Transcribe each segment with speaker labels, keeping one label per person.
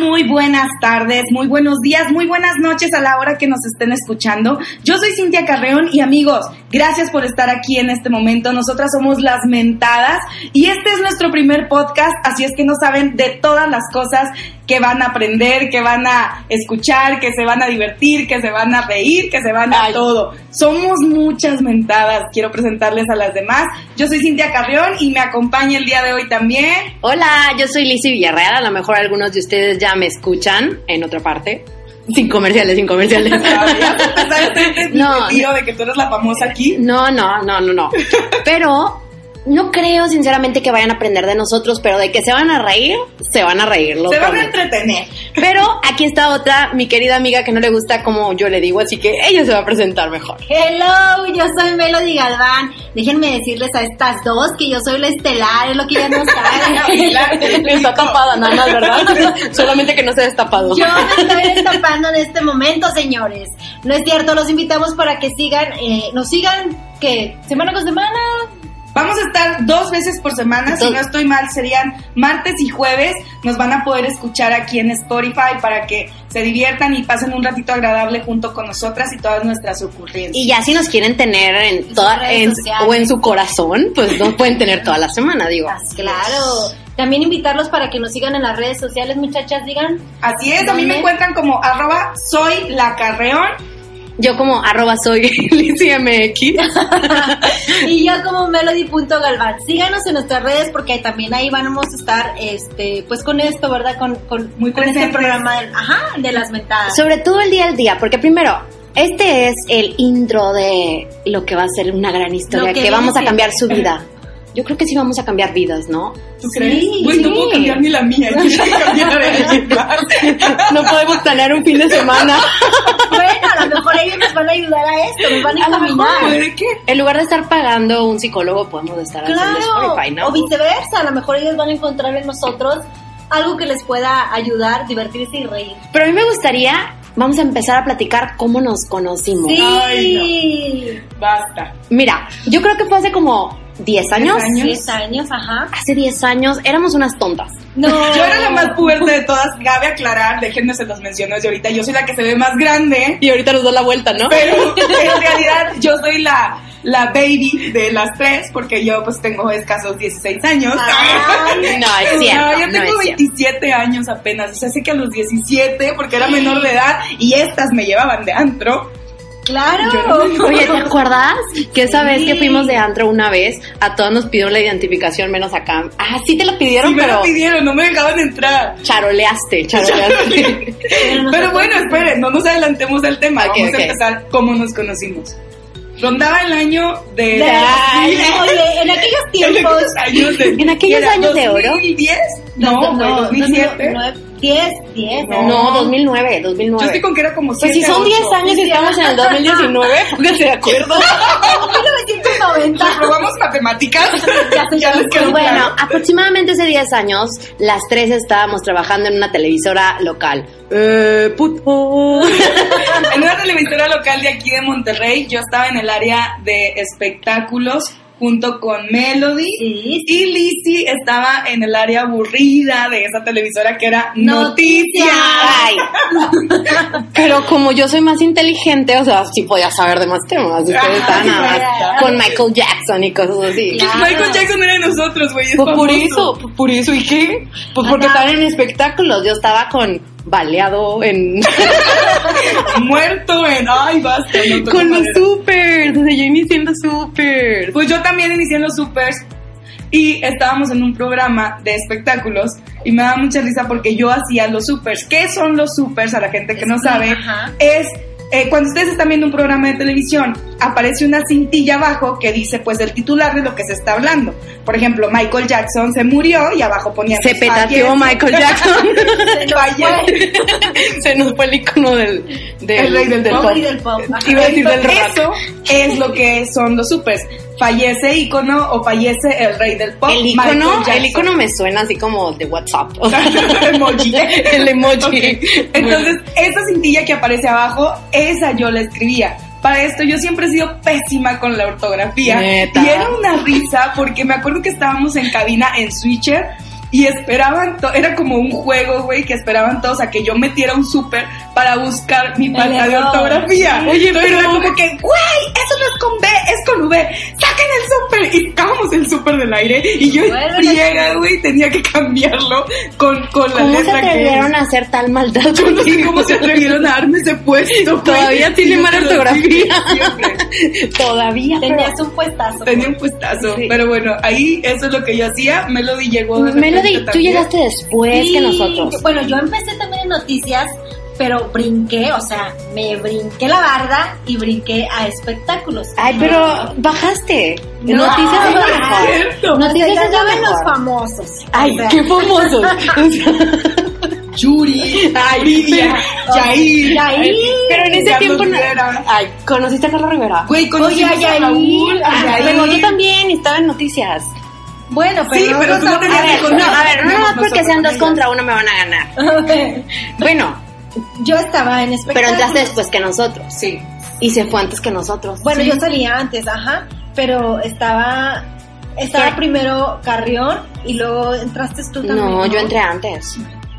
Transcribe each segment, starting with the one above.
Speaker 1: muy buenas tardes, muy buenos días, muy buenas noches a la hora que nos estén escuchando. Yo soy Cintia Carreón y amigos, gracias por estar aquí en este momento. Nosotras somos Las Mentadas y este es nuestro primer podcast, así es que no saben de todas las cosas que van a aprender, que van a escuchar, que se van a divertir, que se van a reír, que se van a
Speaker 2: Ay.
Speaker 1: todo. Somos muchas mentadas. Quiero presentarles a las demás. Yo soy Cintia Carrión y me acompaña el día de hoy también.
Speaker 2: Hola, yo soy Lizzy Villarreal. A lo mejor algunos de ustedes ya me escuchan en otra parte. Sin comerciales, sin comerciales.
Speaker 1: Ya vas a empezar este- este
Speaker 2: No.
Speaker 1: tiro de que tú eres la famosa aquí.
Speaker 2: No, no, no, no, no. Pero no creo sinceramente que vayan a aprender de nosotros, pero de que se van a reír, se van a reír. lo
Speaker 1: Se van a
Speaker 2: prometo.
Speaker 1: entretener.
Speaker 2: Pero aquí está otra, mi querida amiga que no le gusta como yo le digo, así que ella se va a presentar mejor.
Speaker 3: Hello, yo soy Melody Galván. Déjenme decirles a estas dos que yo soy la estelar, es lo que ya no saben.
Speaker 2: Les ha tapado nada más, ¿verdad? Solamente que no se ha destapado.
Speaker 3: Yo me estoy destapando en este momento, señores. No es cierto, los invitamos para que sigan, eh, nos sigan, que semana con semana.
Speaker 1: Vamos a estar dos veces por semana, si
Speaker 2: Dos.
Speaker 1: no estoy mal, serían martes y jueves. Nos van a poder escuchar aquí en Spotify para que se diviertan y pasen un ratito agradable junto con nosotras y todas nuestras ocurrencias.
Speaker 2: Y ya si nos quieren tener en
Speaker 3: sus
Speaker 2: toda,
Speaker 3: redes
Speaker 2: en-
Speaker 3: sociales.
Speaker 2: o en su corazón, pues nos pueden tener toda la semana, digo.
Speaker 3: Claro. También invitarlos para que nos sigan en las redes sociales, muchachas, digan.
Speaker 1: Así es, a mí
Speaker 3: ¿Dónde?
Speaker 1: me encuentran como arroba soy la carreón.
Speaker 2: Yo como arroba soy LizzyMX.
Speaker 3: Y yo como melody.galván. Síganos en nuestras redes porque también ahí vamos a estar este pues con esto, ¿verdad? Con, con,
Speaker 1: Muy
Speaker 3: con este
Speaker 1: presentes.
Speaker 3: programa del- ajá, de las mentadas.
Speaker 2: Sobre todo el día al día, porque primero, este es el intro de lo que va a ser una gran historia,
Speaker 3: Lo
Speaker 2: que,
Speaker 3: que
Speaker 2: vamos a
Speaker 3: viene
Speaker 2: cambiar su vida. Yo creo que sí vamos a cambiar vidas, ¿no?
Speaker 1: ¿Tú
Speaker 3: Sí,
Speaker 1: crees? Güey, no
Speaker 2: sí.
Speaker 1: puedo cambiar ni la mía. Yo ya cambié de alguien más.
Speaker 2: No podemos planear un fin de semana.
Speaker 3: Bueno, a lo mejor ellos nos van a ayudar a esto, nos van a
Speaker 2: A lo mejor.
Speaker 3: encaminar.
Speaker 1: ¿De qué?
Speaker 2: En lugar de estar pagando un psicólogo, podemos estar haciendo Spotify,
Speaker 3: Claro,
Speaker 2: ¿no?
Speaker 3: o viceversa, a lo mejor ellos van a encontrar en nosotros algo que les pueda ayudar, divertirse y reír.
Speaker 2: Pero a mí me gustaría, vamos a empezar a platicar cómo nos conocimos.
Speaker 3: Sí.
Speaker 1: Ay, Basta.
Speaker 2: Mira, yo creo que fue hace como 10 años.
Speaker 1: años.
Speaker 3: Diez años, ajá.
Speaker 2: Hace 10 años éramos unas tontas.
Speaker 3: No.
Speaker 1: Yo era la más puberta de todas, cabe aclarar, déjenme se los menciono desde ahorita, yo soy la que se ve más grande,
Speaker 2: Y ahorita nos da la vuelta, ¿no?
Speaker 1: pero en realidad yo soy la, la baby de las tres, porque yo pues tengo escasos 16 años.
Speaker 3: Ay,
Speaker 2: No, Ah, es cierto.
Speaker 1: No, yo
Speaker 2: no
Speaker 1: tengo
Speaker 2: es cierto.
Speaker 1: 27 años apenas, o sea, sé que a los 17, porque era menor de edad, y estas me llevaban de antro.
Speaker 3: Claro.
Speaker 2: Oye, ¿te acuerdas que esa vez que
Speaker 3: Sí.
Speaker 2: fuimos de antro una vez, a todos nos pidieron la identificación menos acá? Ah, sí te la pidieron,
Speaker 1: Y me
Speaker 2: pero
Speaker 1: lo pidieron, no me dejaban entrar.
Speaker 2: charoleaste, charoleaste.
Speaker 1: Pero bueno, esperen, no nos adelantemos del tema.
Speaker 2: Ok,
Speaker 1: Vamos
Speaker 2: ok.
Speaker 1: a empezar cómo nos conocimos. Rondaba el año de.
Speaker 2: Ay.
Speaker 3: Oye, en aquellos tiempos.
Speaker 1: años de.
Speaker 2: En aquellos
Speaker 1: ¿era
Speaker 2: años de oro?
Speaker 1: 2010? No, güey, 2007.
Speaker 3: 10, 10.
Speaker 1: No.
Speaker 2: No, 2009,
Speaker 1: Yo estoy
Speaker 2: 2009.
Speaker 1: con que era como 7.
Speaker 2: Pues si son 10 años y estamos en el 2019, pónganse de acuerdo.
Speaker 3: 1990.
Speaker 1: ¿Probamos matemáticas?
Speaker 3: Ya se
Speaker 1: les quedó
Speaker 2: Bueno,
Speaker 1: claro.
Speaker 2: aproximadamente hace 10 años, las tres estábamos trabajando en una televisora local. Eh, puto.
Speaker 1: En una televisora local de aquí de Monterrey, yo estaba en el área de espectáculos junto con Melody.
Speaker 3: Sí.
Speaker 1: Y Lizzy estaba en el área aburrida de esa televisora que era Noticias.
Speaker 3: Noticias.
Speaker 2: Ay. Pero como yo soy más inteligente, o sea, sí podía saber de más temas. Ustedes
Speaker 1: Ah,
Speaker 2: estaban nada más
Speaker 3: claro.
Speaker 2: con Michael Jackson y cosas así.
Speaker 3: Claro.
Speaker 1: Michael Jackson era de nosotros, güey. es
Speaker 2: Pues por
Speaker 1: famoso.
Speaker 2: eso, pues por eso, ¿y qué? Pues porque
Speaker 3: Ajá.
Speaker 2: estaban en espectáculos. Yo estaba con baleado en
Speaker 1: Muerto en. Ay, basta. no toco
Speaker 2: con los
Speaker 1: madera.
Speaker 2: supers. O sea, yo inicié en los supers.
Speaker 1: Pues yo también inicié en los supers y estábamos en un programa de espectáculos y me daba mucha risa porque yo hacía los supers. ¿Qué son los supers? A la gente que no
Speaker 3: Es-
Speaker 1: sabe,
Speaker 3: ajá.
Speaker 1: es eh, cuando ustedes están viendo un programa de televisión, aparece una cintilla abajo que dice pues el titular de lo que se está hablando. Por ejemplo, Michael Jackson se murió y abajo ponía
Speaker 2: Se petateó Michael Jackson. Se nos fue el icono del, del
Speaker 1: El rey del
Speaker 3: Del
Speaker 2: pop.
Speaker 3: pop y del pop. Ajá.
Speaker 2: Iba a decir del rock.
Speaker 1: Eso es lo que son los supers. Fallece ícono o fallece el rey del pop.
Speaker 2: El
Speaker 1: Michael
Speaker 2: icono,
Speaker 1: Jackson.
Speaker 2: el icono me suena así como de WhatsApp. O sea,
Speaker 1: Emoji.
Speaker 2: el emoji.
Speaker 1: Ok. Entonces, esa cintilla que aparece abajo, esa yo la escribía. Para esto yo siempre he sido pésima con la ortografía.
Speaker 2: Neta.
Speaker 1: Y era una risa porque me acuerdo que estábamos en cabina en Switcher y esperaban, to- era como un juego, güey, que esperaban todos a que yo metiera un súper para buscar mi falta de
Speaker 3: error.
Speaker 1: ortografía.
Speaker 2: Sí. Oye,
Speaker 1: pero
Speaker 2: pero-
Speaker 1: era como que, güey, eso no es con B, es con V, saquen el súper, y sacábamos el súper del aire, y yo
Speaker 3: Bueno,
Speaker 1: friega, güey, tenía que cambiarlo con, con la
Speaker 2: ¿Cómo se
Speaker 1: letra que
Speaker 2: atrevieron a hacer tal maldad
Speaker 1: Yo no sé
Speaker 2: contigo?
Speaker 1: cómo se atrevieron a darme ese puesto. güey.
Speaker 2: Todavía tiene
Speaker 1: Yo
Speaker 2: mala
Speaker 1: te lo digo
Speaker 2: ortografía.
Speaker 1: siempre.
Speaker 2: Todavía. pero-
Speaker 3: Tenías un puestazo.
Speaker 1: Tenía un puestazo.
Speaker 2: Sí.
Speaker 1: Pero bueno, ahí eso es lo que yo hacía. Melody llegó. de
Speaker 2: Melody,
Speaker 1: repente
Speaker 2: tú
Speaker 1: también.
Speaker 2: llegaste después
Speaker 3: Sí,
Speaker 2: Pues que nosotros.
Speaker 3: yo- Bueno, yo empecé también en noticias, pero brinqué, o sea, me brinqué la barda y brinqué a espectáculos.
Speaker 2: Ay, pero bajaste.
Speaker 3: No,
Speaker 2: Noticias es lo
Speaker 3: no es
Speaker 2: mejor.
Speaker 1: cierto.
Speaker 2: Noticias
Speaker 3: Ya
Speaker 2: es lo
Speaker 3: saben los
Speaker 2: mejor.
Speaker 3: famosos.
Speaker 2: Ay,
Speaker 3: O sea,
Speaker 2: qué famosos.
Speaker 1: Yuri, María, Yair.
Speaker 3: Yair.
Speaker 2: Pero en ese
Speaker 1: Carlos
Speaker 2: tiempo no.
Speaker 1: Rivera.
Speaker 2: Ay, ¿conociste a Carlos Rivera?
Speaker 1: Güey, conocí
Speaker 3: Oye,
Speaker 1: a
Speaker 3: a Yair.
Speaker 1: Raúl, a
Speaker 2: Ah,
Speaker 1: Yair.
Speaker 2: Pero yo también estaba en noticias.
Speaker 3: Bueno, pero,
Speaker 1: Sí, pero tú no
Speaker 2: A
Speaker 1: Ya
Speaker 2: ver,
Speaker 1: dijo,
Speaker 2: no,
Speaker 1: no,
Speaker 2: a ver, no,
Speaker 1: tenemos
Speaker 2: no porque
Speaker 1: nosotros
Speaker 2: sean dos
Speaker 1: amigas.
Speaker 2: contra uno me van a ganar. Bueno,
Speaker 3: yo estaba en
Speaker 2: pero
Speaker 3: espectáculos.
Speaker 2: entraste después que nosotros.
Speaker 1: Sí.
Speaker 2: Y se fue antes que nosotros.
Speaker 3: Bueno,
Speaker 2: Sí.
Speaker 3: yo salía antes, ajá, pero estaba estaba
Speaker 2: Pero-
Speaker 3: primero Carrión y luego entraste tú también.
Speaker 2: No, yo entré antes.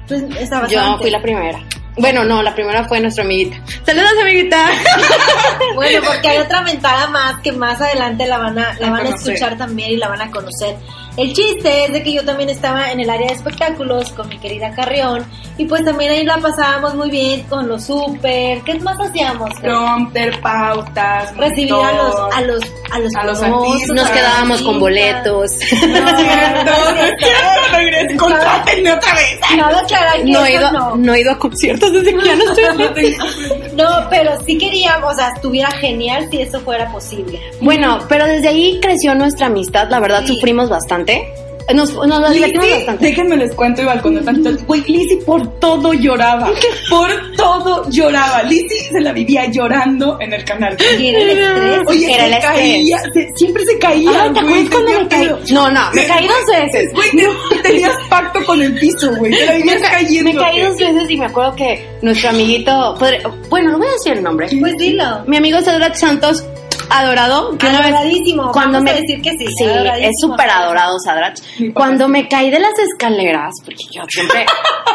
Speaker 3: Tú estabas
Speaker 2: Yo
Speaker 3: antes.
Speaker 2: fui la primera. Bueno, no, la primera fue nuestra amiguita. Saludos, amiguita.
Speaker 3: Bueno, porque hay otra mentada más que más adelante la van a, la
Speaker 1: A
Speaker 3: van a
Speaker 1: conocer.
Speaker 3: escuchar también y la van a conocer. El chiste es de que yo también estaba en el área de espectáculos con mi querida Carrión y pues también ahí la pasábamos muy bien con los super. ¿Qué más hacíamos?
Speaker 1: Prompter, pautas,
Speaker 3: Recibir a
Speaker 1: monitor.
Speaker 3: los, a los, a los,
Speaker 1: A los
Speaker 3: famosos,
Speaker 1: artistas.
Speaker 2: Nos
Speaker 3: a
Speaker 2: quedábamos
Speaker 3: las
Speaker 2: con
Speaker 3: artistas.
Speaker 2: boletos.
Speaker 1: No, no, es cierto, regreso, contrátenme otra vez.
Speaker 3: Nada, Clara, que
Speaker 2: No he,
Speaker 3: eso
Speaker 2: ido,
Speaker 3: no.
Speaker 2: no he ido a conciertos desde que ya no estoy.
Speaker 3: No, pero sí queríamos, o sea, estuviera genial si eso fuera posible.
Speaker 2: Bueno, pero desde ahí creció nuestra amistad. La verdad,
Speaker 3: Sí.
Speaker 2: sufrimos bastante. Nos, nos la divertimos
Speaker 1: Lizzy,
Speaker 2: bastante.
Speaker 1: déjenme les cuento y balconeo tanto. Güey, Lizzy por todo lloraba. Por todo lloraba. Lizzy se la vivía llorando en el canal.
Speaker 3: Y era el estrés.
Speaker 1: Oye,
Speaker 2: Era
Speaker 1: se
Speaker 2: el
Speaker 1: caía, se- siempre se caía.
Speaker 2: Ay, ¿te
Speaker 1: güey,
Speaker 2: acuerdas cuando
Speaker 1: tenía
Speaker 2: me caí?
Speaker 1: pedo.
Speaker 2: No, no, me caí dos veces.
Speaker 1: Güey, te- tenías pacto con el piso, güey. Te la vivías cayendo.
Speaker 2: Me caí dos veces y me acuerdo que nuestro amiguito, podré- bueno, no voy a decir el nombre.
Speaker 3: Pues dilo.
Speaker 2: Mi amigo Cedrat Santos, adorado, que una vez-
Speaker 3: Adoradísimo.
Speaker 2: cuando
Speaker 3: Vamos
Speaker 2: me
Speaker 3: a decir que sí.
Speaker 2: Sí,
Speaker 3: adoradísimo.
Speaker 2: es súper adorado Sadrach.
Speaker 1: Mi papá
Speaker 2: Cuando me caí de las escaleras, porque yo siempre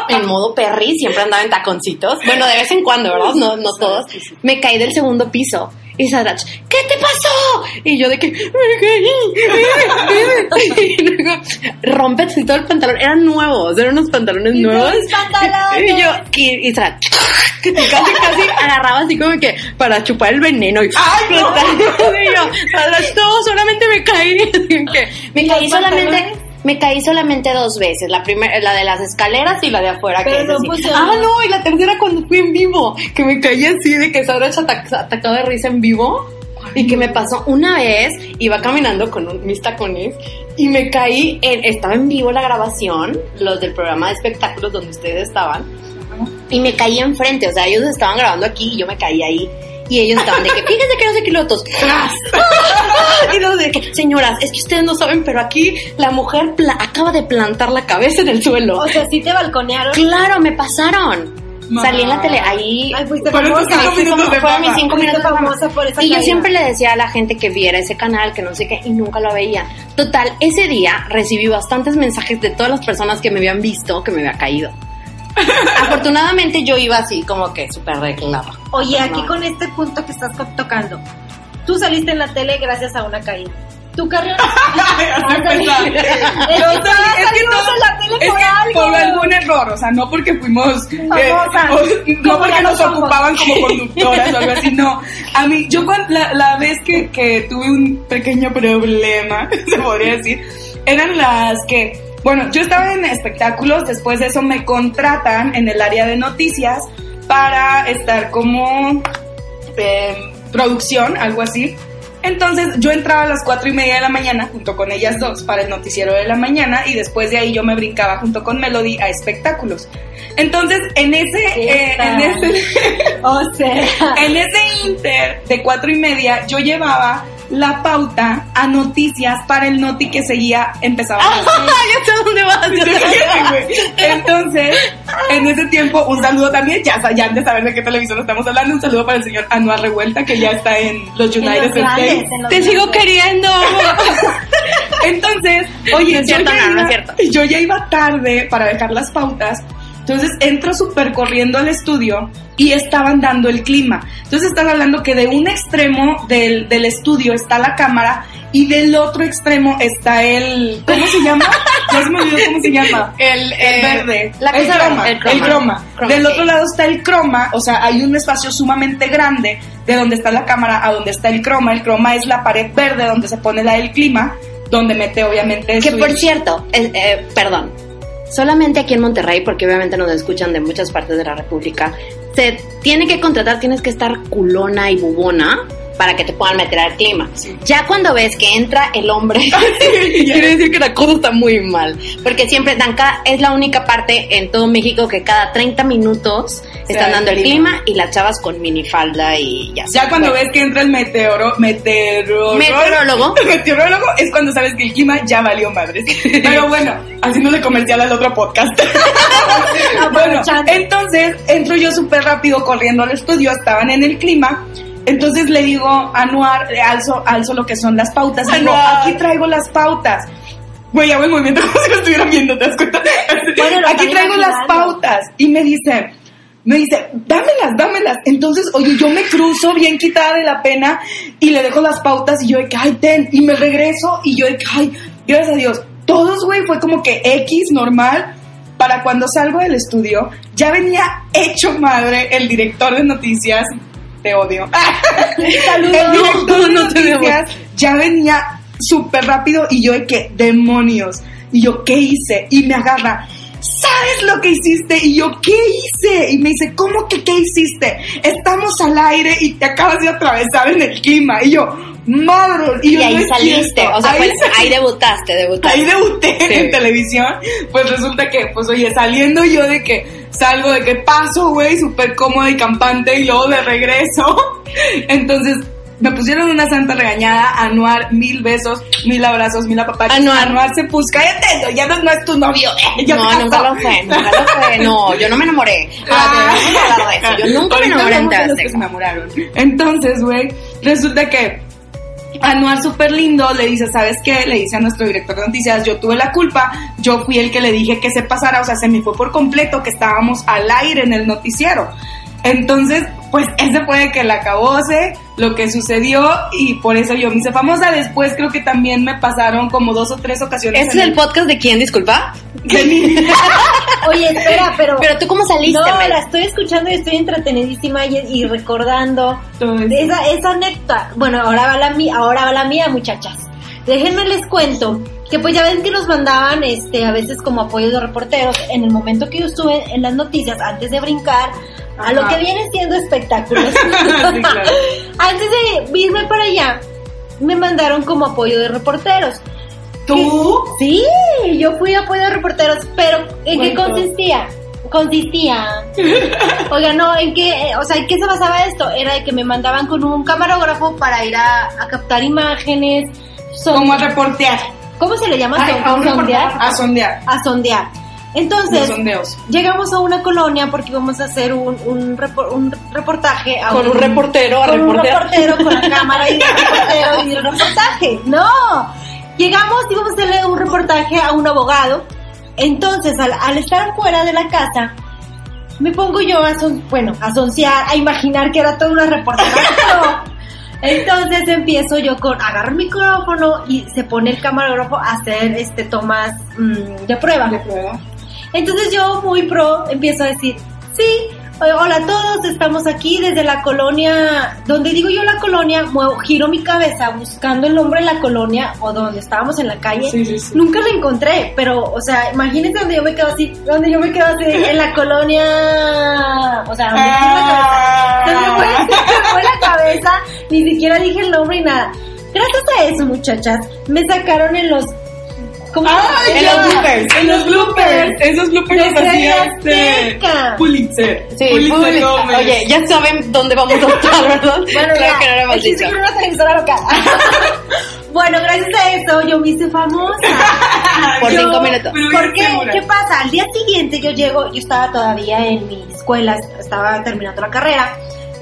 Speaker 2: en modo perry, siempre andaba en taconcitos. Bueno, de vez en cuando, ¿verdad? No, no todos. Me caí del segundo piso. Y Sadrach, ¿qué te pasó? Y yo de que me caí. Y luego, Rómpete todo el pantalón. Eran nuevos, eran unos pantalones
Speaker 3: Y
Speaker 2: nuevos.
Speaker 3: mis pantalones.
Speaker 2: Y yo, y, y Sadrach, que casi casi agarraba así como que para chupar el veneno. Y,
Speaker 1: ¡Ay, no!
Speaker 2: Y yo, "Sadrach, no, solamente me caí. Que me
Speaker 3: ¿Y
Speaker 2: caí
Speaker 3: los
Speaker 2: solamente,
Speaker 3: pantalones?
Speaker 2: me caí solamente dos veces. La primera, la de las escaleras y la de afuera.
Speaker 3: Pero
Speaker 2: que es
Speaker 3: no
Speaker 2: así.
Speaker 3: funcionó.
Speaker 2: Ah, no, y la tercera cuando fui en vivo, que me caí así de que Sadrach atac- atacado de risa en vivo. Y que me pasó una vez, iba caminando con un- mis tacones y me caí, en- estaba en vivo la grabación, los del programa de espectáculos donde ustedes estaban, y me caí enfrente, o sea, ellos estaban grabando aquí y yo me caí ahí. Y ellos estaban de que, fíjense que no sé qué lotos. ¡Tras! y luego de que, señoras, es que ustedes no saben, pero aquí la mujer pla- acaba de plantar la cabeza en el suelo.
Speaker 3: O sea, sí te balconearon.
Speaker 2: claro, me pasaron.
Speaker 1: Ma.
Speaker 2: Salí en la tele, ahí
Speaker 3: Ay, fuiste
Speaker 1: Pero
Speaker 3: famosa.
Speaker 1: esos cinco
Speaker 3: fuiste
Speaker 1: minutos
Speaker 3: famosa.
Speaker 1: de
Speaker 2: fueron
Speaker 1: fama.
Speaker 2: mis cinco minutos de fama.
Speaker 3: famosa por esa
Speaker 2: Y yo
Speaker 3: caída.
Speaker 2: siempre le decía a la gente que viera ese canal, que no sé qué, y nunca lo veía. Total, ese día recibí bastantes mensajes de todas las personas que me habían visto que me había caído. Afortunadamente yo iba así, como que súper reclama.
Speaker 3: Oye, aquí con este punto que estás co- tocando. Tú saliste en la tele gracias a una caída. Tu carrera.
Speaker 1: Así empezaba.
Speaker 3: Es
Speaker 1: No,
Speaker 3: que
Speaker 1: o sea,
Speaker 3: todas
Speaker 1: es que
Speaker 3: salimos
Speaker 1: todo-
Speaker 3: en la tele
Speaker 1: es
Speaker 3: por
Speaker 1: que
Speaker 3: algo.
Speaker 1: por algún error, o sea, no porque fuimos, eh,
Speaker 3: Famosas,
Speaker 1: o- no
Speaker 3: como
Speaker 1: porque
Speaker 3: ya lo
Speaker 1: nos
Speaker 3: somos.
Speaker 1: ocupaban como conductoras o algo así, no. A mí, yo cuan- la, la vez que, que tuve un pequeño problema, se podría decir, eran las que, bueno, yo estaba en espectáculos, después de eso me contratan en el área de noticias para estar como eh, producción, algo así. Entonces yo entraba a las cuatro y media de la mañana junto con ellas dos para el noticiero de la mañana y después de ahí yo me brincaba junto con Melody a espectáculos. Entonces en ese, eh, en
Speaker 3: Esta.
Speaker 1: ese,
Speaker 3: O sea.
Speaker 1: en ese inter de cuatro y media yo llevaba la pauta a noticias para el noti que seguía empezaba. a las seis.
Speaker 2: ya sé dónde vas. ya sé dónde vas.
Speaker 1: Entonces, en ese tiempo, un saludo también, ya, sa- ya han de saber de qué televisor estamos hablando, un saludo para el señor Anuar Revuelta, que ya está en los
Speaker 3: en
Speaker 1: United
Speaker 3: los grandes,
Speaker 1: States.
Speaker 3: en los
Speaker 2: Te sigo
Speaker 3: grandes.
Speaker 2: queriendo.
Speaker 1: Entonces, oye,
Speaker 2: No es cierto,
Speaker 1: yo, ya
Speaker 2: no, no es
Speaker 1: iba,
Speaker 2: cierto.
Speaker 1: yo ya iba tarde para dejar las pautas. Entonces entro súper corriendo al estudio y estaban dando el clima. Entonces están hablando que de un extremo del, del estudio está la cámara y del otro extremo está el... ¿Cómo se llama? Ya se me olvidó cómo se llama.
Speaker 2: El, eh,
Speaker 1: El verde,
Speaker 2: la
Speaker 1: el,
Speaker 2: cosa-
Speaker 1: croma, el croma.
Speaker 2: Croma,
Speaker 1: Del
Speaker 2: sí.
Speaker 1: otro lado está el croma, o sea, hay un espacio sumamente grande de donde está la cámara a donde está el croma. El croma es la pared verde donde se pone la del clima, donde mete obviamente
Speaker 2: Que
Speaker 1: su-
Speaker 2: por cierto, el- eh, perdón, solamente aquí en Monterrey, porque obviamente nos escuchan de muchas partes de la República, se tiene que contratar, tienes que estar culona y bubona para que te puedan meter al clima. Ya cuando ves que entra el hombre,
Speaker 1: Ah,
Speaker 2: quiere decir que la cosa está muy mal, porque siempre dan cada- es la única parte en todo México que cada 30 minutos están
Speaker 1: da
Speaker 2: dando el
Speaker 1: el
Speaker 2: clima. y las chavas con minifalda y ya.
Speaker 1: Ya cuando ves que entra el meteoro, meteorólogo,
Speaker 2: Meteorólogo.
Speaker 1: meteorólogo es cuando sabes que el clima ya valió madres. Pero bueno, haciéndole comercial al otro podcast. bueno,
Speaker 3: Aprovechando.
Speaker 1: entonces entro yo súper rápido corriendo al estudio, estaban en el clima. Entonces le digo a Noir, le alzo, alzo lo que son las pautas. Digo,
Speaker 2: Anuar.
Speaker 1: aquí traigo las pautas. Güey, hago el movimiento como si lo estuvieran viendo, ¿te das cuenta?
Speaker 3: Bueno, lo
Speaker 1: aquí
Speaker 3: están
Speaker 1: traigo las
Speaker 3: imaginando.
Speaker 1: pautas. Y me dice, me dice, dámelas, dámelas. Entonces, oye, yo me cruzo bien quitada de la pena y le dejo las pautas y yo de que, ay, ten. Y me regreso y yo de que, ay, gracias a Dios. Todos, güey, fue como que X normal. Para cuando salgo del estudio, ya venía hecho madre el director de noticias. Te odio.
Speaker 3: Saludos.
Speaker 1: El director de
Speaker 2: No, no te veo.
Speaker 1: noticias ya venía súper rápido y yo de que, demonios. Y yo, ¿qué hice? Y me agarra, ¿sabes lo que hiciste? Y yo, ¿qué hice? Y me dice, ¿cómo que qué hiciste? Estamos al aire y te acabas de atravesar en el clima. Y yo, madre.
Speaker 2: Y,
Speaker 1: yo, "No
Speaker 2: ahí
Speaker 1: es
Speaker 2: saliste,
Speaker 1: cierto".
Speaker 2: o sea,
Speaker 1: ahí,
Speaker 2: fue- ahí debutaste, debutaste.
Speaker 1: ahí debuté
Speaker 2: Sí.
Speaker 1: en televisión. Pues resulta que, pues oye, saliendo yo de que salgo de que paso, güey, súper cómoda y campante y luego de regreso. Entonces me pusieron una santa regañada, Anuar, mil besos, mil abrazos, mil apapachos.
Speaker 2: Anuar.
Speaker 1: se puso, cállate, no, ya no, no es tu novio. eh, ya
Speaker 2: no,
Speaker 1: pasó".
Speaker 2: nunca lo fue, nunca lo fue. No, yo no me enamoré. Ah,
Speaker 1: Ah.
Speaker 2: te voy a hablar de eso. Yo nunca me
Speaker 1: Ahorita
Speaker 2: enamoré
Speaker 1: hablamos de
Speaker 2: de
Speaker 1: los que se enamoraron. Entonces, güey, resulta que Anuar súper lindo le dice, ¿sabes qué? Le dice a nuestro director de noticias, yo tuve la culpa, yo fui el que le dije que se pasara, o sea, se me fue por completo que estábamos al aire en el noticiero. Entonces, pues ese fue de que la acabóse, lo que sucedió y por eso yo me hice famosa. Después creo que también me pasaron como dos o tres ocasiones.
Speaker 2: ¿Este
Speaker 1: en
Speaker 2: es el podcast de quién, disculpa?
Speaker 1: de mi-
Speaker 3: Oye, espera, pero.
Speaker 2: Pero tú cómo saliste,
Speaker 3: no,
Speaker 2: Mel?
Speaker 3: la estoy escuchando y estoy entretenidísima y, y recordando
Speaker 1: Todo eso.
Speaker 3: esa, esa anécdota. Bueno, ahora va la mía, ahora va la mía, muchachas. Déjenme les cuento que pues ya ven que nos mandaban este a veces como apoyo de reporteros en el momento que yo estuve en las noticias antes de brincar a lo
Speaker 1: Ajá.
Speaker 3: que viene siendo espectáculos.
Speaker 1: Sí, claro.
Speaker 3: Antes de irme para allá me mandaron como apoyo de reporteros.
Speaker 1: Tú
Speaker 3: Sí, yo fui apoyo de reporteros, pero ¿en qué
Speaker 1: Cuento.
Speaker 3: consistía? Consistía. Oiga, no, ¿en qué? eh, O sea, ¿en qué se basaba esto? Era de que me mandaban con un camarógrafo para ir a, a captar imágenes, son-
Speaker 1: como a reportear,
Speaker 3: ¿cómo se le llama?
Speaker 1: Ay,
Speaker 3: Son-
Speaker 1: a un
Speaker 3: sondear.
Speaker 1: a sondear.
Speaker 3: A sondear. Entonces,
Speaker 1: Los sondeos.
Speaker 3: llegamos a una colonia porque íbamos a hacer un, un, repor- un reportaje. a
Speaker 2: Con un reportero, a
Speaker 3: con un
Speaker 2: reportear.
Speaker 3: reportero con la cámara y el reportero y el reportaje. No, llegamos y vamos a hacerle un reportaje a un abogado. Entonces, al, al estar fuera de la casa, me pongo yo a, son- bueno, a sonciar, a imaginar que era toda una reportera. No. Entonces empiezo yo con agarro el micrófono y se pone el camarógrafo a hacer este tomas mm, de prueba.
Speaker 1: De prueba.
Speaker 3: Entonces yo, muy pro, empiezo a decir, sí, eh, hola a todos, estamos aquí desde la colonia, donde digo yo la colonia, muevo, giro mi cabeza buscando el nombre de la colonia o donde estábamos en la calle.
Speaker 1: Sí, sí, sí.
Speaker 3: Nunca lo encontré, pero, o sea, imagínense donde yo me quedo así, donde yo me quedo así, en la colonia, o sea, donde giro la cabeza.
Speaker 1: Ah.
Speaker 3: Se me fue, se me fue la cabeza, ni siquiera dije el nombre y nada. Gracias a eso, muchachas, me sacaron en los... ¿Cómo
Speaker 1: Ay,
Speaker 3: se
Speaker 2: En
Speaker 1: ya.
Speaker 3: llama?
Speaker 2: los bloopers.
Speaker 1: Ah, En los bloopers. Esos bloopers
Speaker 3: Los
Speaker 1: los hacía
Speaker 3: premios
Speaker 1: este.
Speaker 3: Azteca.
Speaker 1: Pulitzer.
Speaker 2: Sí,
Speaker 1: Pulitzer
Speaker 2: Pulitzer.
Speaker 1: Gómez.
Speaker 2: Oye, ya saben dónde vamos a estar, ¿verdad?
Speaker 3: Bueno,
Speaker 2: Creo
Speaker 3: ya,
Speaker 2: que no lo hemos
Speaker 3: aquí
Speaker 2: dicho.
Speaker 3: seguro una televisora local. bueno, gracias a eso yo me hice famosa.
Speaker 2: Por
Speaker 3: Yo-
Speaker 2: cinco minutos.
Speaker 1: Ah, Pero bien
Speaker 3: ¿Por qué?
Speaker 1: segura.
Speaker 3: ¿Qué pasa? Al día siguiente yo llego, yo estaba todavía en mi escuela, estaba terminando la carrera.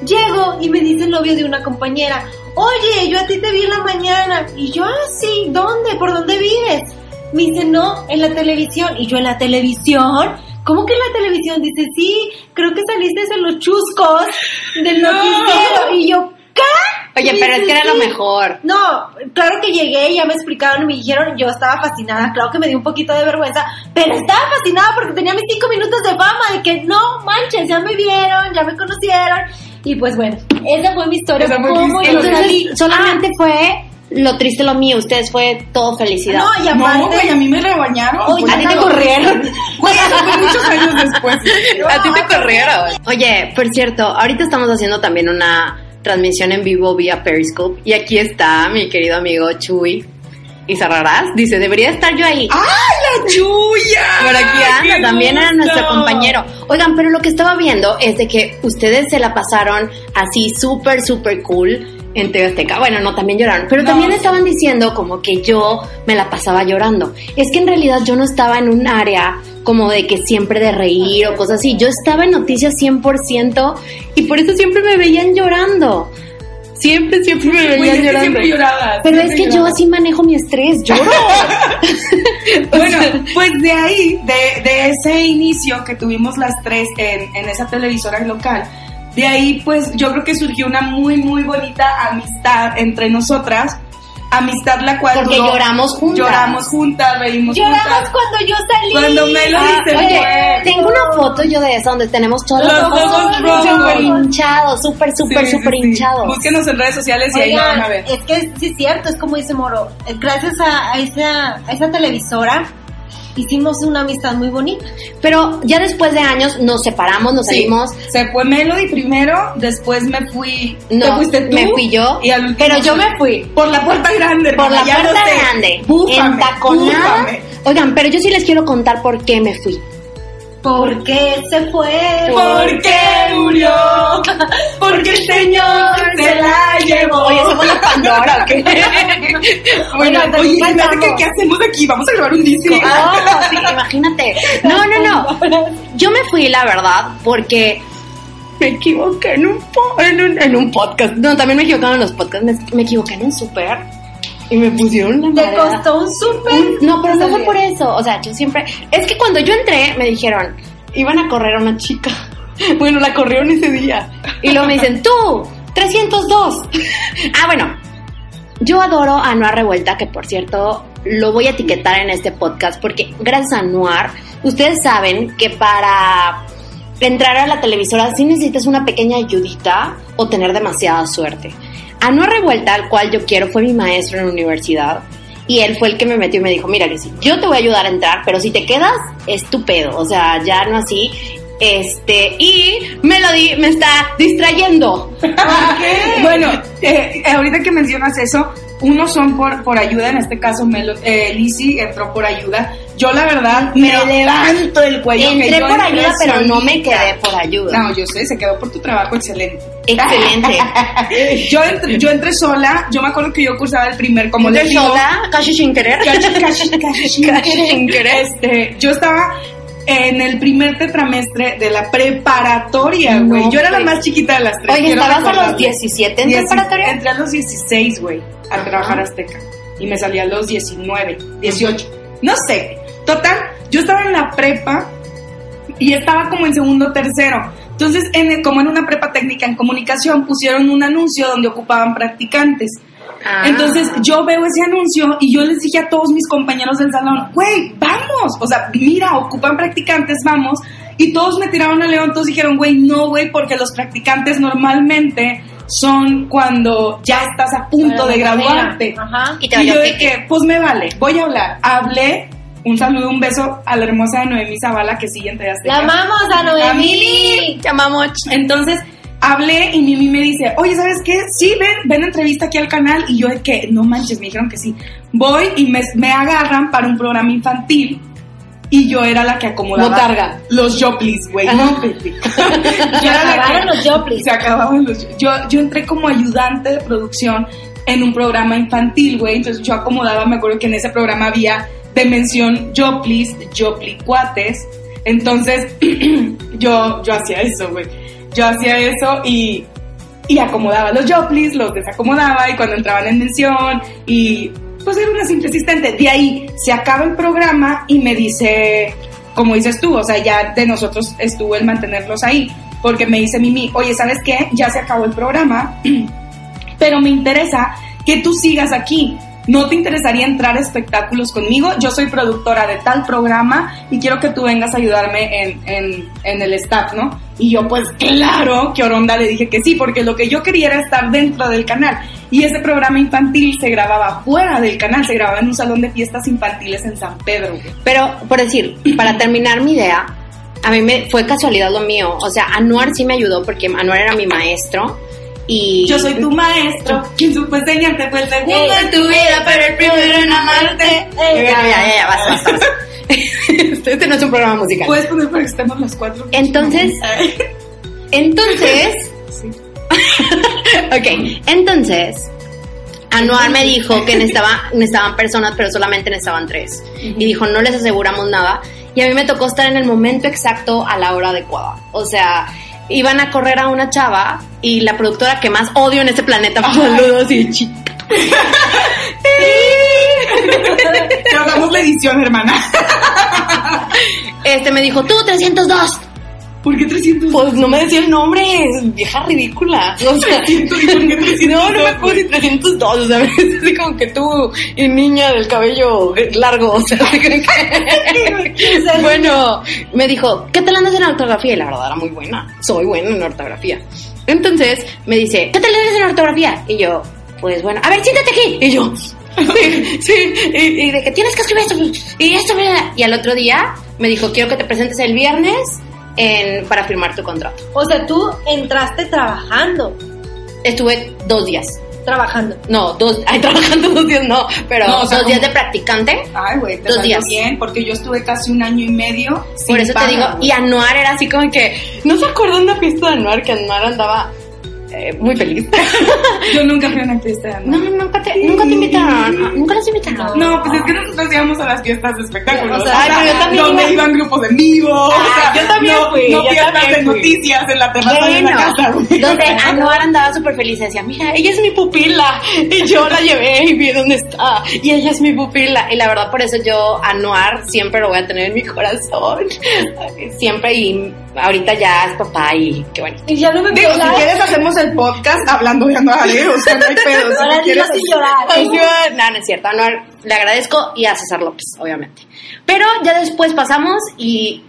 Speaker 3: Llego y me dice el novio de una compañera, oye, yo a ti te vi en la mañana. Y yo, ah, sí, ¿dónde? ¿Por dónde vives? Me dice, no, en la televisión. Y yo, ¿en la televisión? ¿Cómo que en la televisión? Dice, sí, creo que saliste en los chuscos del
Speaker 1: No.
Speaker 3: noticiero. Y yo, ¿qué?
Speaker 2: Oye,
Speaker 3: Me
Speaker 2: pero
Speaker 3: dice,
Speaker 2: es que era lo
Speaker 3: "Sí".
Speaker 2: mejor.
Speaker 3: No, claro que llegué, ya me explicaron, me dijeron, yo estaba fascinada, claro que me dio un poquito de vergüenza, pero estaba fascinada porque tenía mis cinco minutos de fama, de que no manches, ya me vieron, ya me conocieron, y pues bueno, esa fue mi historia,
Speaker 1: Esa fue mi
Speaker 3: cómo yo
Speaker 1: historia.
Speaker 2: Entonces,
Speaker 3: salí. Ah.
Speaker 2: solamente fue lo triste lo mío. Ustedes fue todo felicidad.
Speaker 3: No, y
Speaker 1: No,
Speaker 3: aparte,
Speaker 1: güey, a mí me rebañaron.
Speaker 3: Oye,
Speaker 2: a ti te
Speaker 3: no.
Speaker 2: corrieron.
Speaker 1: Güey, eso fue muchos años después.
Speaker 2: a ti te corrieron. Oye, por cierto, ahorita estamos haciendo también una transmisión en vivo vía Periscope. Y aquí está mi querido amigo Chuy. Y cerrarás, dice, debería estar yo ahí.
Speaker 1: ¡Ay, la Yuya!
Speaker 2: Por aquí anda,
Speaker 1: ¡Qué
Speaker 2: también era
Speaker 1: gusto!
Speaker 2: nuestro compañero. Oigan, pero lo que estaba viendo es de que ustedes se la pasaron así súper, súper cool en TV Azteca. Bueno, no, también lloraron. Pero
Speaker 1: No,
Speaker 2: también
Speaker 1: sí.
Speaker 2: estaban diciendo como que yo me la pasaba llorando. Es que en realidad yo no estaba en un área como de que siempre de reír o cosas así. Yo estaba en noticias 100% y por eso siempre me veían llorando. Siempre, siempre me
Speaker 1: Güey, es
Speaker 2: veían
Speaker 1: que
Speaker 2: llorando.
Speaker 1: siempre llorabas.
Speaker 2: Pero es
Speaker 1: siempre
Speaker 2: que yo
Speaker 1: llorabas.
Speaker 2: así manejo mi estrés, lloro.
Speaker 1: Bueno, pues de ahí, de, de ese inicio que tuvimos las tres en, en esa televisora local, de ahí pues yo creo que surgió una muy, muy bonita amistad entre nosotras. Amistad la cual
Speaker 2: Porque
Speaker 1: duró-
Speaker 2: lloramos juntas.
Speaker 1: Lloramos juntas, reímos
Speaker 3: lloramos
Speaker 1: juntas.
Speaker 3: cuando yo salí.
Speaker 1: Cuando me lo
Speaker 2: Ah,
Speaker 1: hice,
Speaker 2: oye,
Speaker 1: fue.
Speaker 2: tengo una foto yo de esa donde tenemos todos los,
Speaker 1: Los ojos rojos.
Speaker 2: súper hinchados, súper,
Speaker 1: Sí,
Speaker 2: súper,
Speaker 1: sí,
Speaker 2: súper
Speaker 1: sí.
Speaker 2: hinchados.
Speaker 1: Búsquenos en redes sociales y ahí la
Speaker 3: Oigan,
Speaker 1: van a ver.
Speaker 3: es que sí es cierto, es como dice Moro, eh, gracias a, a esa, a esa televisora hicimos una amistad muy bonita.
Speaker 2: Pero ya después de años nos separamos, nos
Speaker 1: Sí,
Speaker 2: salimos.
Speaker 1: se fue Melody primero, después me fui.
Speaker 2: No,
Speaker 1: te fuiste tú,
Speaker 2: me fui yo.
Speaker 1: Y al último
Speaker 2: Pero yo me fui.
Speaker 1: Por la puerta grande,
Speaker 2: Por la
Speaker 1: hermana, ya
Speaker 2: puerta
Speaker 1: no sé.
Speaker 2: grande,
Speaker 1: Búfame,
Speaker 2: entaconada.
Speaker 1: búfame.
Speaker 2: Oigan, pero yo sí les quiero contar por qué me fui.
Speaker 3: ¿Por qué se fue?
Speaker 1: ¿Por qué murió? Porque el Señor se la llevó.
Speaker 2: Oye, somos la Pandora, ¿o qué?
Speaker 1: Bueno,
Speaker 3: Oigan,
Speaker 1: oye,
Speaker 3: también
Speaker 1: fíjate que
Speaker 3: cantamos.
Speaker 1: ¿qué hacemos aquí? ¿Vamos a grabar un disco?
Speaker 2: No, Oh, sí, imagínate. Ah. No, no, no. Yo me fui, la verdad, porque me equivoqué en un, po- en un, en un podcast. No, también me equivocaron en los podcasts. Me, me equivoqué en un super y me pusieron la
Speaker 3: Te
Speaker 2: madreada.
Speaker 3: costó un súper.
Speaker 2: Un- Mm, No, pero no fue por eso. O sea, yo siempre. Es que cuando yo entré, me dijeron, iban a correr a una chica. Bueno, la corrieron ese día. Y luego me dicen, tú, 302. ah, bueno. Yo adoro a Anuar Revuelta, que por cierto lo voy a etiquetar en este podcast, porque gracias a Anuar, ustedes saben que para entrar a la televisora sí necesitas una pequeña ayudita o tener demasiada suerte. Anuar Revuelta, al cual yo quiero, fue mi maestro en la universidad. Y él fue el que me metió y me dijo, mira, Lucy, yo te voy a ayudar a entrar, pero si te quedas, estupendo. O sea, ya no así. Este, y Melody me está distrayendo.
Speaker 1: Bueno, eh, eh, ahorita que mencionas eso, unos son por, por ayuda, en este caso Melo, eh, Lizzy entró por ayuda. Yo la verdad me
Speaker 2: Pero
Speaker 1: levanto el cuello. que
Speaker 2: Entré
Speaker 1: yo
Speaker 2: por ayuda, pero no me
Speaker 1: solita.
Speaker 2: quedé por ayuda.
Speaker 1: No, yo sé, se quedó por tu trabajo excelente.
Speaker 2: Excelente.
Speaker 1: Yo entré, yo entré sola, yo me acuerdo que yo cursaba el primer, como
Speaker 2: Yo
Speaker 1: les digo,
Speaker 2: sola, casi sin querer.
Speaker 1: Cash, cash, cash,
Speaker 2: Cash sin querer.
Speaker 1: Este, yo estaba en el primer tetramestre de la preparatoria,
Speaker 2: No,
Speaker 1: güey. yo era la
Speaker 2: pues.
Speaker 1: más chiquita de las tres.
Speaker 2: Oye,
Speaker 1: quiero
Speaker 2: estabas a los
Speaker 1: recordarles.
Speaker 2: 17 en
Speaker 1: Dieci-
Speaker 2: preparatoria.
Speaker 1: Entré a los 16, güey, a trabajar a Azteca. Y me salí a los 19, 18. No sé. Total, yo estaba en la prepa y estaba como en segundo, tercero. Entonces, en el- como en una prepa técnica en comunicación, pusieron un anuncio donde ocupaban practicantes.
Speaker 2: Ah.
Speaker 1: Entonces yo veo ese anuncio y yo les dije a todos mis compañeros del salón, güey, vamos, o sea, mira, ocupan practicantes, vamos. Y todos me tiraron a león, todos dijeron, güey, no, güey, porque los practicantes normalmente son cuando ya estás a punto de graduarte.
Speaker 3: Ajá.
Speaker 2: Y te
Speaker 1: Y
Speaker 2: valió
Speaker 1: yo de
Speaker 2: que-
Speaker 1: que, pues me vale, voy a hablar. Hablé, un saludo, un beso a la hermosa de Noemí Zavala que sigue en TV Azteca.
Speaker 3: La amamos a Noemí.
Speaker 1: Noemí.
Speaker 2: Llamamos.
Speaker 1: Entonces hablé y Mimi me dice, oye, ¿sabes qué? Sí, ven, ven entrevista aquí al canal. Y yo de que, no manches, me dijeron que sí. Voy y me, me agarran para un programa infantil. Y yo era la que acomodaba.
Speaker 2: Botarga.
Speaker 1: Los Joplis, güey.
Speaker 2: Ajá.
Speaker 1: No, pues, Pepe. yo
Speaker 3: acabaron los Joplis.
Speaker 1: Se acababan los Yo, yo entré como ayudante de producción en un programa infantil, güey. Entonces yo acomodaba, me acuerdo que en ese programa había Demención Joplis, Joplicuates. Entonces yo, yo hacía eso, güey. Yo hacía eso y y acomodaba los joplis, los desacomodaba y cuando entraban en mención y pues era una simple asistente. De ahí se acaba el programa y me dice, como dices tú, o sea, ya de nosotros estuvo el mantenerlos ahí, porque me dice Mimi, oye, ¿sabes qué? Ya se acabó el programa, pero me interesa que tú sigas aquí. ¿No te interesaría entrar a espectáculos conmigo? Yo soy productora de tal programa y quiero que tú vengas a ayudarme en, en, en el staff, ¿no? Y yo, pues claro, que Oronda le dije que sí, porque lo que yo quería era estar dentro del canal. Y ese programa infantil se grababa fuera del canal, se grababa en un salón de fiestas infantiles en San Pedro. güey.
Speaker 2: Pero, por decir, para terminar mi idea, a mí me fue casualidad lo mío. O sea, Anuar sí me ayudó porque Anuar era mi maestro. Y
Speaker 1: Yo soy tu maestro, quien supo enseñarte Pues, fue el segundo
Speaker 2: Ey,
Speaker 1: en tu vida, pero el primero en amarte.
Speaker 2: Ya, ya, ya, ya, basta, basta, basta. este, este no es un programa musical.
Speaker 1: Puedes poner para que estemos las cuatro.
Speaker 2: Entonces, entonces,
Speaker 1: Sí.
Speaker 2: ok, entonces, Anuar me dijo que necesitaba, necesitaban personas, pero solamente necesitaban tres. Y dijo, no les aseguramos nada. Y a mí me tocó estar en el momento exacto a la hora adecuada. O sea, iban a correr a una chava y la productora que más odio en este planeta, saludos y chica.
Speaker 1: Pero hagamos la edición, hermana.
Speaker 2: Este me dijo, tú 302.
Speaker 1: ¿Por qué 300?
Speaker 2: Pues no me decía el nombre, es vieja ridícula. O sea, No, no me acuerdo si 302, o sea, es así como que tú y niña del cabello eh, largo, o sea, así como que- bueno, me dijo, ¿qué tal andas en ortografía? Y la verdad era muy buena, soy buena en ortografía. Entonces me dice, ¿qué tal andas en ortografía? Y yo, pues bueno, a ver, siéntate aquí. Y yo, sí, sí, y, y de que tienes que escribir esto, y esto, bla, bla. y al otro día me dijo, quiero que te presentes el viernes en- para firmar tu contrato.
Speaker 3: O sea, tú entraste trabajando,
Speaker 2: Estuve dos días.
Speaker 3: trabajando.
Speaker 2: No, dos, ay, trabajando dos días no, pero
Speaker 1: No, o sea,
Speaker 2: dos días de
Speaker 1: como-
Speaker 2: practicante.
Speaker 1: Ay, güey, te
Speaker 2: Dos
Speaker 1: salió
Speaker 2: días.
Speaker 1: bien, porque yo estuve casi un año y medio. sin
Speaker 2: Por eso
Speaker 1: paga,
Speaker 2: te digo,
Speaker 1: güey.
Speaker 2: y Anuar era así como que, ¿no se acuerdan de una fiesta de Anuar que Anuar andaba eh, muy feliz?
Speaker 1: Yo nunca fui a una fiesta de
Speaker 2: no,
Speaker 1: Anuar.
Speaker 2: nunca te, nunca te invitaron, ah, nunca los invitaron.
Speaker 1: No, pues es que nosotros íbamos a las fiestas de espectáculos.
Speaker 2: O sea, ay, pero yo también
Speaker 1: Donde
Speaker 2: iba.
Speaker 1: iban grupos en vivo. o
Speaker 2: Ah,
Speaker 1: sea,
Speaker 2: yo también
Speaker 1: no,
Speaker 2: fui,
Speaker 1: No
Speaker 2: yo
Speaker 1: fiestas
Speaker 2: también
Speaker 1: de
Speaker 2: fui.
Speaker 1: noticias en la terraza de la
Speaker 2: Bueno,
Speaker 1: casa, güey.
Speaker 2: donde Anuar andaba súper feliz, decía, mira, ella es mi pupila, y yo la llevé y vi dónde está, y ella es mi pupila, y la verdad por eso yo Anuar siempre lo voy a tener en mi corazón, siempre, y ahorita ya es papá, y qué bueno.
Speaker 3: Y ya no me
Speaker 1: Digo, si
Speaker 3: violas.
Speaker 1: quieres hacemos el podcast hablando de Anuar, ¿eh? O sea, no hay pedo. Si
Speaker 3: Ahora
Speaker 1: quieres
Speaker 3: digo sin llorar.
Speaker 2: Ay, yo- No, no es cierto. no, le agradezco y a César López, obviamente. Pero ya después pasamos y.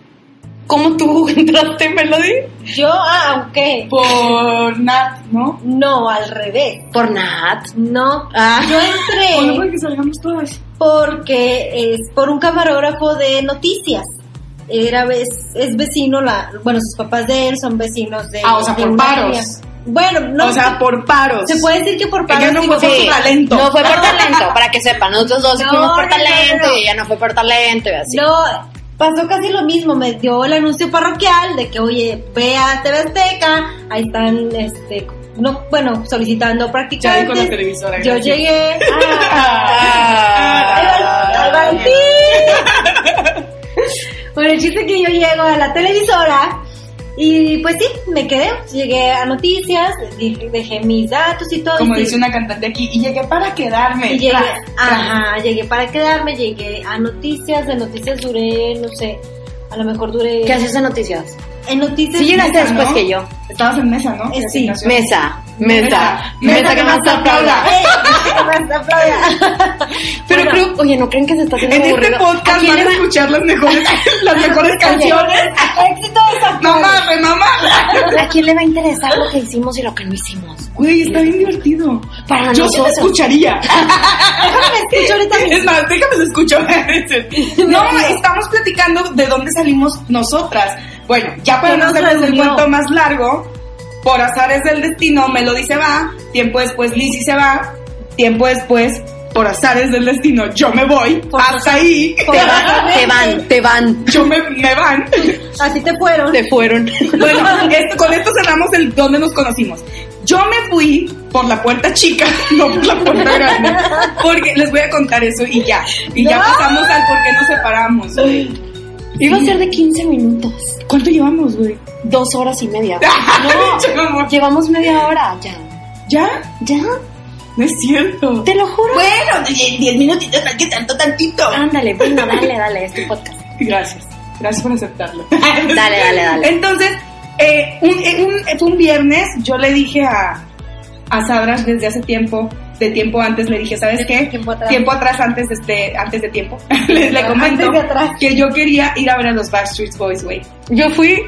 Speaker 2: ¿Cómo tú entraste, Melody?
Speaker 3: Yo, ah, ok.
Speaker 1: Por Nat, ¿no?
Speaker 3: No, al revés.
Speaker 2: Por Nat.
Speaker 3: No.
Speaker 2: Ah.
Speaker 3: Yo
Speaker 1: O no
Speaker 3: entré
Speaker 1: porque salgamos todas.
Speaker 3: porque es por un camarógrafo de noticias. Era vec- es vecino la, bueno, sus papás de él son vecinos de
Speaker 1: Ah, o sea,
Speaker 3: de
Speaker 1: por
Speaker 3: una
Speaker 1: paros.
Speaker 3: área. Bueno, no
Speaker 1: o sea, por paros.
Speaker 3: se puede decir que por paros.
Speaker 1: Ella no
Speaker 3: sí,
Speaker 1: fue por
Speaker 3: sí.
Speaker 1: su talento.
Speaker 2: No fue por talento, para que sepan. Nosotros dos
Speaker 3: No,
Speaker 2: fuimos
Speaker 3: no,
Speaker 2: por
Speaker 3: no,
Speaker 2: talento
Speaker 3: no.
Speaker 2: y ella no fue por talento y así.
Speaker 3: No, pasó casi lo mismo. Me dio el anuncio parroquial de que, oye, ve a TV Azteca, ahí están, este, no, bueno, solicitando
Speaker 1: Ya dijo la
Speaker 3: practicantes.
Speaker 1: televisora.
Speaker 3: Yo
Speaker 1: gracias.
Speaker 3: llegué.
Speaker 2: Ah.
Speaker 3: ¡Ah! ¡Al Valentín! Bueno, el chiste es que yo llego a la televisora y pues sí, me quedé. Llegué a noticias, dije- dejé mis datos y todo.
Speaker 1: Como
Speaker 3: y
Speaker 1: dice una cantante aquí, y llegué para quedarme.
Speaker 3: y llegué,
Speaker 1: Tra, tra.
Speaker 3: ajá, llegué para quedarme, llegué a noticias, de noticias duré, no sé, a lo mejor duré...
Speaker 2: ¿Qué haces en noticias?
Speaker 3: En noticias...
Speaker 2: Sí, llegaste
Speaker 1: mesa,
Speaker 2: después
Speaker 1: ¿no?
Speaker 2: que yo.
Speaker 1: Estabas en mesa, ¿no?
Speaker 3: Eh,
Speaker 1: En
Speaker 3: sí.
Speaker 1: asignación.
Speaker 2: Mesa, mesa,
Speaker 1: Mesa.
Speaker 2: mesa que más te aplauda.
Speaker 3: ¡Eh! Basta, Flavia.
Speaker 2: Pero creo, oye, ¿no creen que se está haciendo
Speaker 1: En este
Speaker 2: aburrido? ¿A
Speaker 1: podcast
Speaker 2: quién
Speaker 1: van a
Speaker 2: le va-
Speaker 1: escuchar las mejores, las mejores canciones.
Speaker 3: ¡Éxito
Speaker 1: No mames, mamá.
Speaker 2: ¿A quién le va a interesar lo que hicimos y lo que no hicos?
Speaker 1: Güey, está bien divertido. Yo
Speaker 2: Para
Speaker 1: sí lo
Speaker 2: nosotros.
Speaker 1: escucharía.
Speaker 3: Déjame Ah, escucho ahorita mi-
Speaker 1: Es más, déjame lo escucho. No, estamos platicando de dónde salimos nosotras. Bueno, ya para
Speaker 3: ¿Qué
Speaker 1: no
Speaker 3: nos
Speaker 1: hacerles el
Speaker 3: reunió?
Speaker 1: cuento más largo, por azares del destino, Melody se va, tiempo después Lizzy se va, tiempo después, por azares del destino, yo me voy, hasta ahí,
Speaker 3: por-
Speaker 2: Te van, te van, te van.
Speaker 1: yo me, me van.
Speaker 3: Así te fueron.
Speaker 2: Se fueron.
Speaker 1: Bueno, esto- con esto cerramos el dónde nos conocimos. Yo me fui por la puerta chica, no por la puerta grande, porque les voy a contar eso y ya. Y ya
Speaker 3: No.
Speaker 1: pasamos al por qué nos separamos. güey.
Speaker 2: Iba a ser de 15 minutos.
Speaker 1: ¿Cuánto llevamos, güey?
Speaker 2: Dos horas y media.
Speaker 1: Ah. Che, mamá.
Speaker 2: No, llevamos media hora ya.
Speaker 1: ¿Ya?
Speaker 2: ¿Ya?
Speaker 1: No es cierto.
Speaker 2: Te lo juro.
Speaker 3: Bueno, 10 minutitos, hay que tanto tantito.
Speaker 2: Ándale, bueno, dale, dale,
Speaker 3: este
Speaker 2: es tu podcast.
Speaker 1: Gracias. Gracias por aceptarlo.
Speaker 2: Dale, dale, dale.
Speaker 1: Entonces, eh, un, eh, un- fue un viernes, yo le dije a, a Sadras desde hace tiempo, de tiempo antes, le dije, ¿sabes qué?
Speaker 3: Tiempo atrás.
Speaker 1: Tiempo atrás, antes de, este, antes de tiempo, le, le
Speaker 3: Antes
Speaker 1: comento
Speaker 3: de atrás.
Speaker 1: que yo quería ir a ver a los Backstreet Boys, güey.
Speaker 2: Yo fui.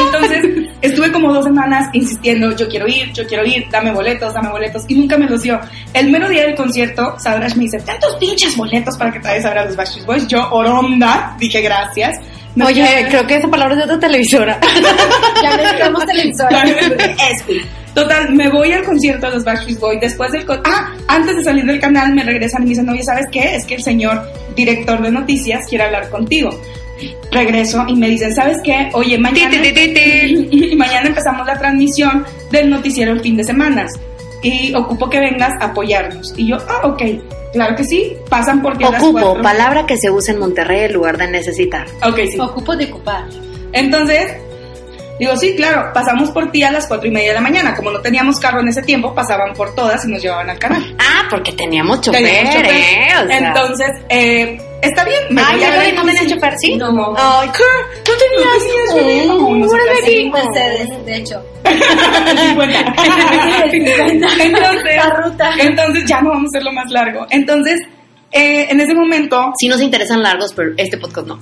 Speaker 1: Entonces, estuve como dos semanas insistiendo, yo quiero ir, yo quiero ir, dame boletos, dame boletos, y nunca me los dio. El mero día del concierto, Sadrash me dice, tantos pinches boletos para que te vayas a ver a los Backstreet Boys. Yo, oronda, dije gracias. Me fui a
Speaker 2: Oye,
Speaker 1: ver-
Speaker 2: creo que esa palabra es de otra televisora.
Speaker 3: Ya necesitamos televisor.
Speaker 1: Es cool. Total, me voy al concierto de los Backstreet Boys. Después del con- ah, antes de salir del canal me regresan y me dicen, oye, ¿sabes qué? Es que el señor director de noticias quiere hablar contigo. Regreso y me dicen, ¿sabes qué? Oye, mañana,
Speaker 2: Ti, ti, ti, ti,
Speaker 1: y mañana empezamos la transmisión del noticiero en fin de semanas y ocupo que vengas a apoyarnos. Y yo, ah, ok, claro que sí, pasan por ti a las
Speaker 2: Ocupo,
Speaker 1: cuatro.
Speaker 2: palabra que se usa en Monterrey en lugar de necesitar.
Speaker 1: Ok, sí.
Speaker 3: Ocupo de ocupar.
Speaker 1: Entonces, digo, sí, claro, pasamos por ti a las cuatro y media de la mañana. Como no teníamos carro en ese tiempo, pasaban por todas y nos llevaban al canal.
Speaker 2: Ah, porque teníamos chofer,
Speaker 1: Teníamos chofer.
Speaker 2: ¿eh? O sea.
Speaker 1: Entonces, eh, está bien.
Speaker 2: Ay,
Speaker 1: voy a
Speaker 2: ¿algo
Speaker 1: ver
Speaker 2: que no me
Speaker 1: si-
Speaker 2: den chofer, sí?
Speaker 1: No, no.
Speaker 2: Ay,
Speaker 1: ¿Tú tenías?
Speaker 2: no,
Speaker 1: bebé?
Speaker 2: no,
Speaker 1: Como pues,
Speaker 2: ahora
Speaker 1: nosotras,
Speaker 2: sí.
Speaker 3: Mercedes, de hecho.
Speaker 1: 50. Entonces,
Speaker 3: La ruta.
Speaker 1: entonces, ya no vamos a hacerlo más largo. Entonces, eh, en ese momento,
Speaker 2: sí nos interesan largos, pero este podcast no.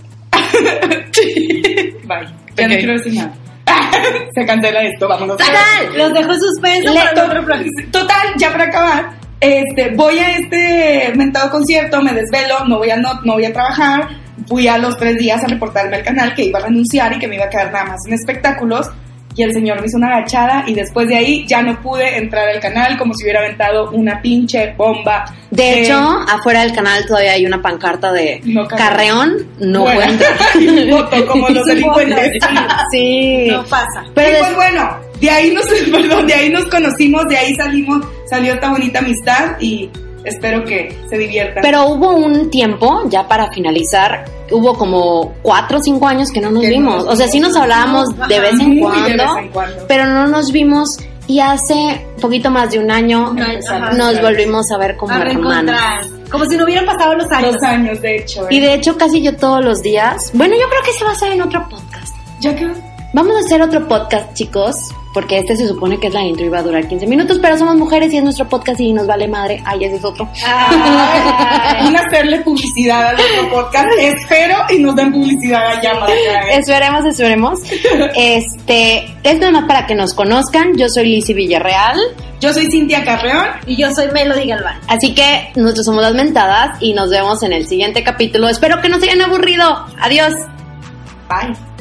Speaker 1: bye. Ya no
Speaker 2: Ok.
Speaker 1: quiero decir nada. Se cancela esto, vámonos.
Speaker 2: ¡Sacal!
Speaker 3: Los dejo en suspenso
Speaker 2: Le-
Speaker 3: para el otro
Speaker 1: Total, total, ya para acabar, este, voy a este mentado concierto, me desvelo, no voy a, no, no voy a trabajar, fui a los tres días a reportarme al canal que iba a renunciar y que me iba a quedar nada más en espectáculos. Y el señor me hizo una agachada y después de ahí ya no pude entrar al canal como si hubiera aventado una pinche bomba.
Speaker 2: De
Speaker 1: Eh,
Speaker 2: hecho, afuera del canal todavía hay una pancarta de
Speaker 1: No,
Speaker 2: Carreón no
Speaker 1: Bueno.
Speaker 2: puede entrar.
Speaker 1: voto como los delincuentes.
Speaker 2: Sí.
Speaker 3: No pasa.
Speaker 2: Pero
Speaker 1: y
Speaker 2: des-
Speaker 1: pues bueno, de ahí nos, perdón, de ahí nos conocimos, de ahí salimos, salió esta bonita amistad y espero que se diviertan.
Speaker 2: Pero hubo un tiempo, ya para finalizar, hubo como cuatro o cinco años que no nos
Speaker 1: Que no
Speaker 2: vimos.
Speaker 1: nos
Speaker 2: o sea, sí nos hablábamos
Speaker 3: vimos,
Speaker 2: de
Speaker 3: ajá,
Speaker 2: vez en
Speaker 1: muy
Speaker 2: cuando,
Speaker 1: de vez en cuando.
Speaker 2: pero no nos vimos y hace poquito más de un año
Speaker 3: Un año, ajá.
Speaker 2: nos volvimos a ver como
Speaker 3: A
Speaker 2: hermanos.
Speaker 3: reencontrar. Como si no hubieran pasado los años.
Speaker 1: Dos años, de hecho. ¿eh?
Speaker 2: Y de hecho casi yo todos los días. Bueno, yo creo que se va a hacer en otro podcast.
Speaker 1: Ya que...
Speaker 2: Vamos a hacer otro podcast, chicos, porque este se supone que es la intro y va a durar 15 minutos, pero somos mujeres y es nuestro podcast y nos vale madre. Ay, ese es otro.
Speaker 1: Ay, Van a hacerle publicidad al otro podcast. Espero y nos den publicidad allá para acá, ¿eh?
Speaker 2: Esperemos, esperemos. Este, es nada más para que nos conozcan. Yo soy Lizzy Villarreal,
Speaker 1: Yo soy Cintia Carreón.
Speaker 3: Y yo soy Melody Galván.
Speaker 2: así que nosotros somos las mentadas y nos vemos en el siguiente capítulo. Espero que no se hayan aburrido. Adiós.
Speaker 1: Bye.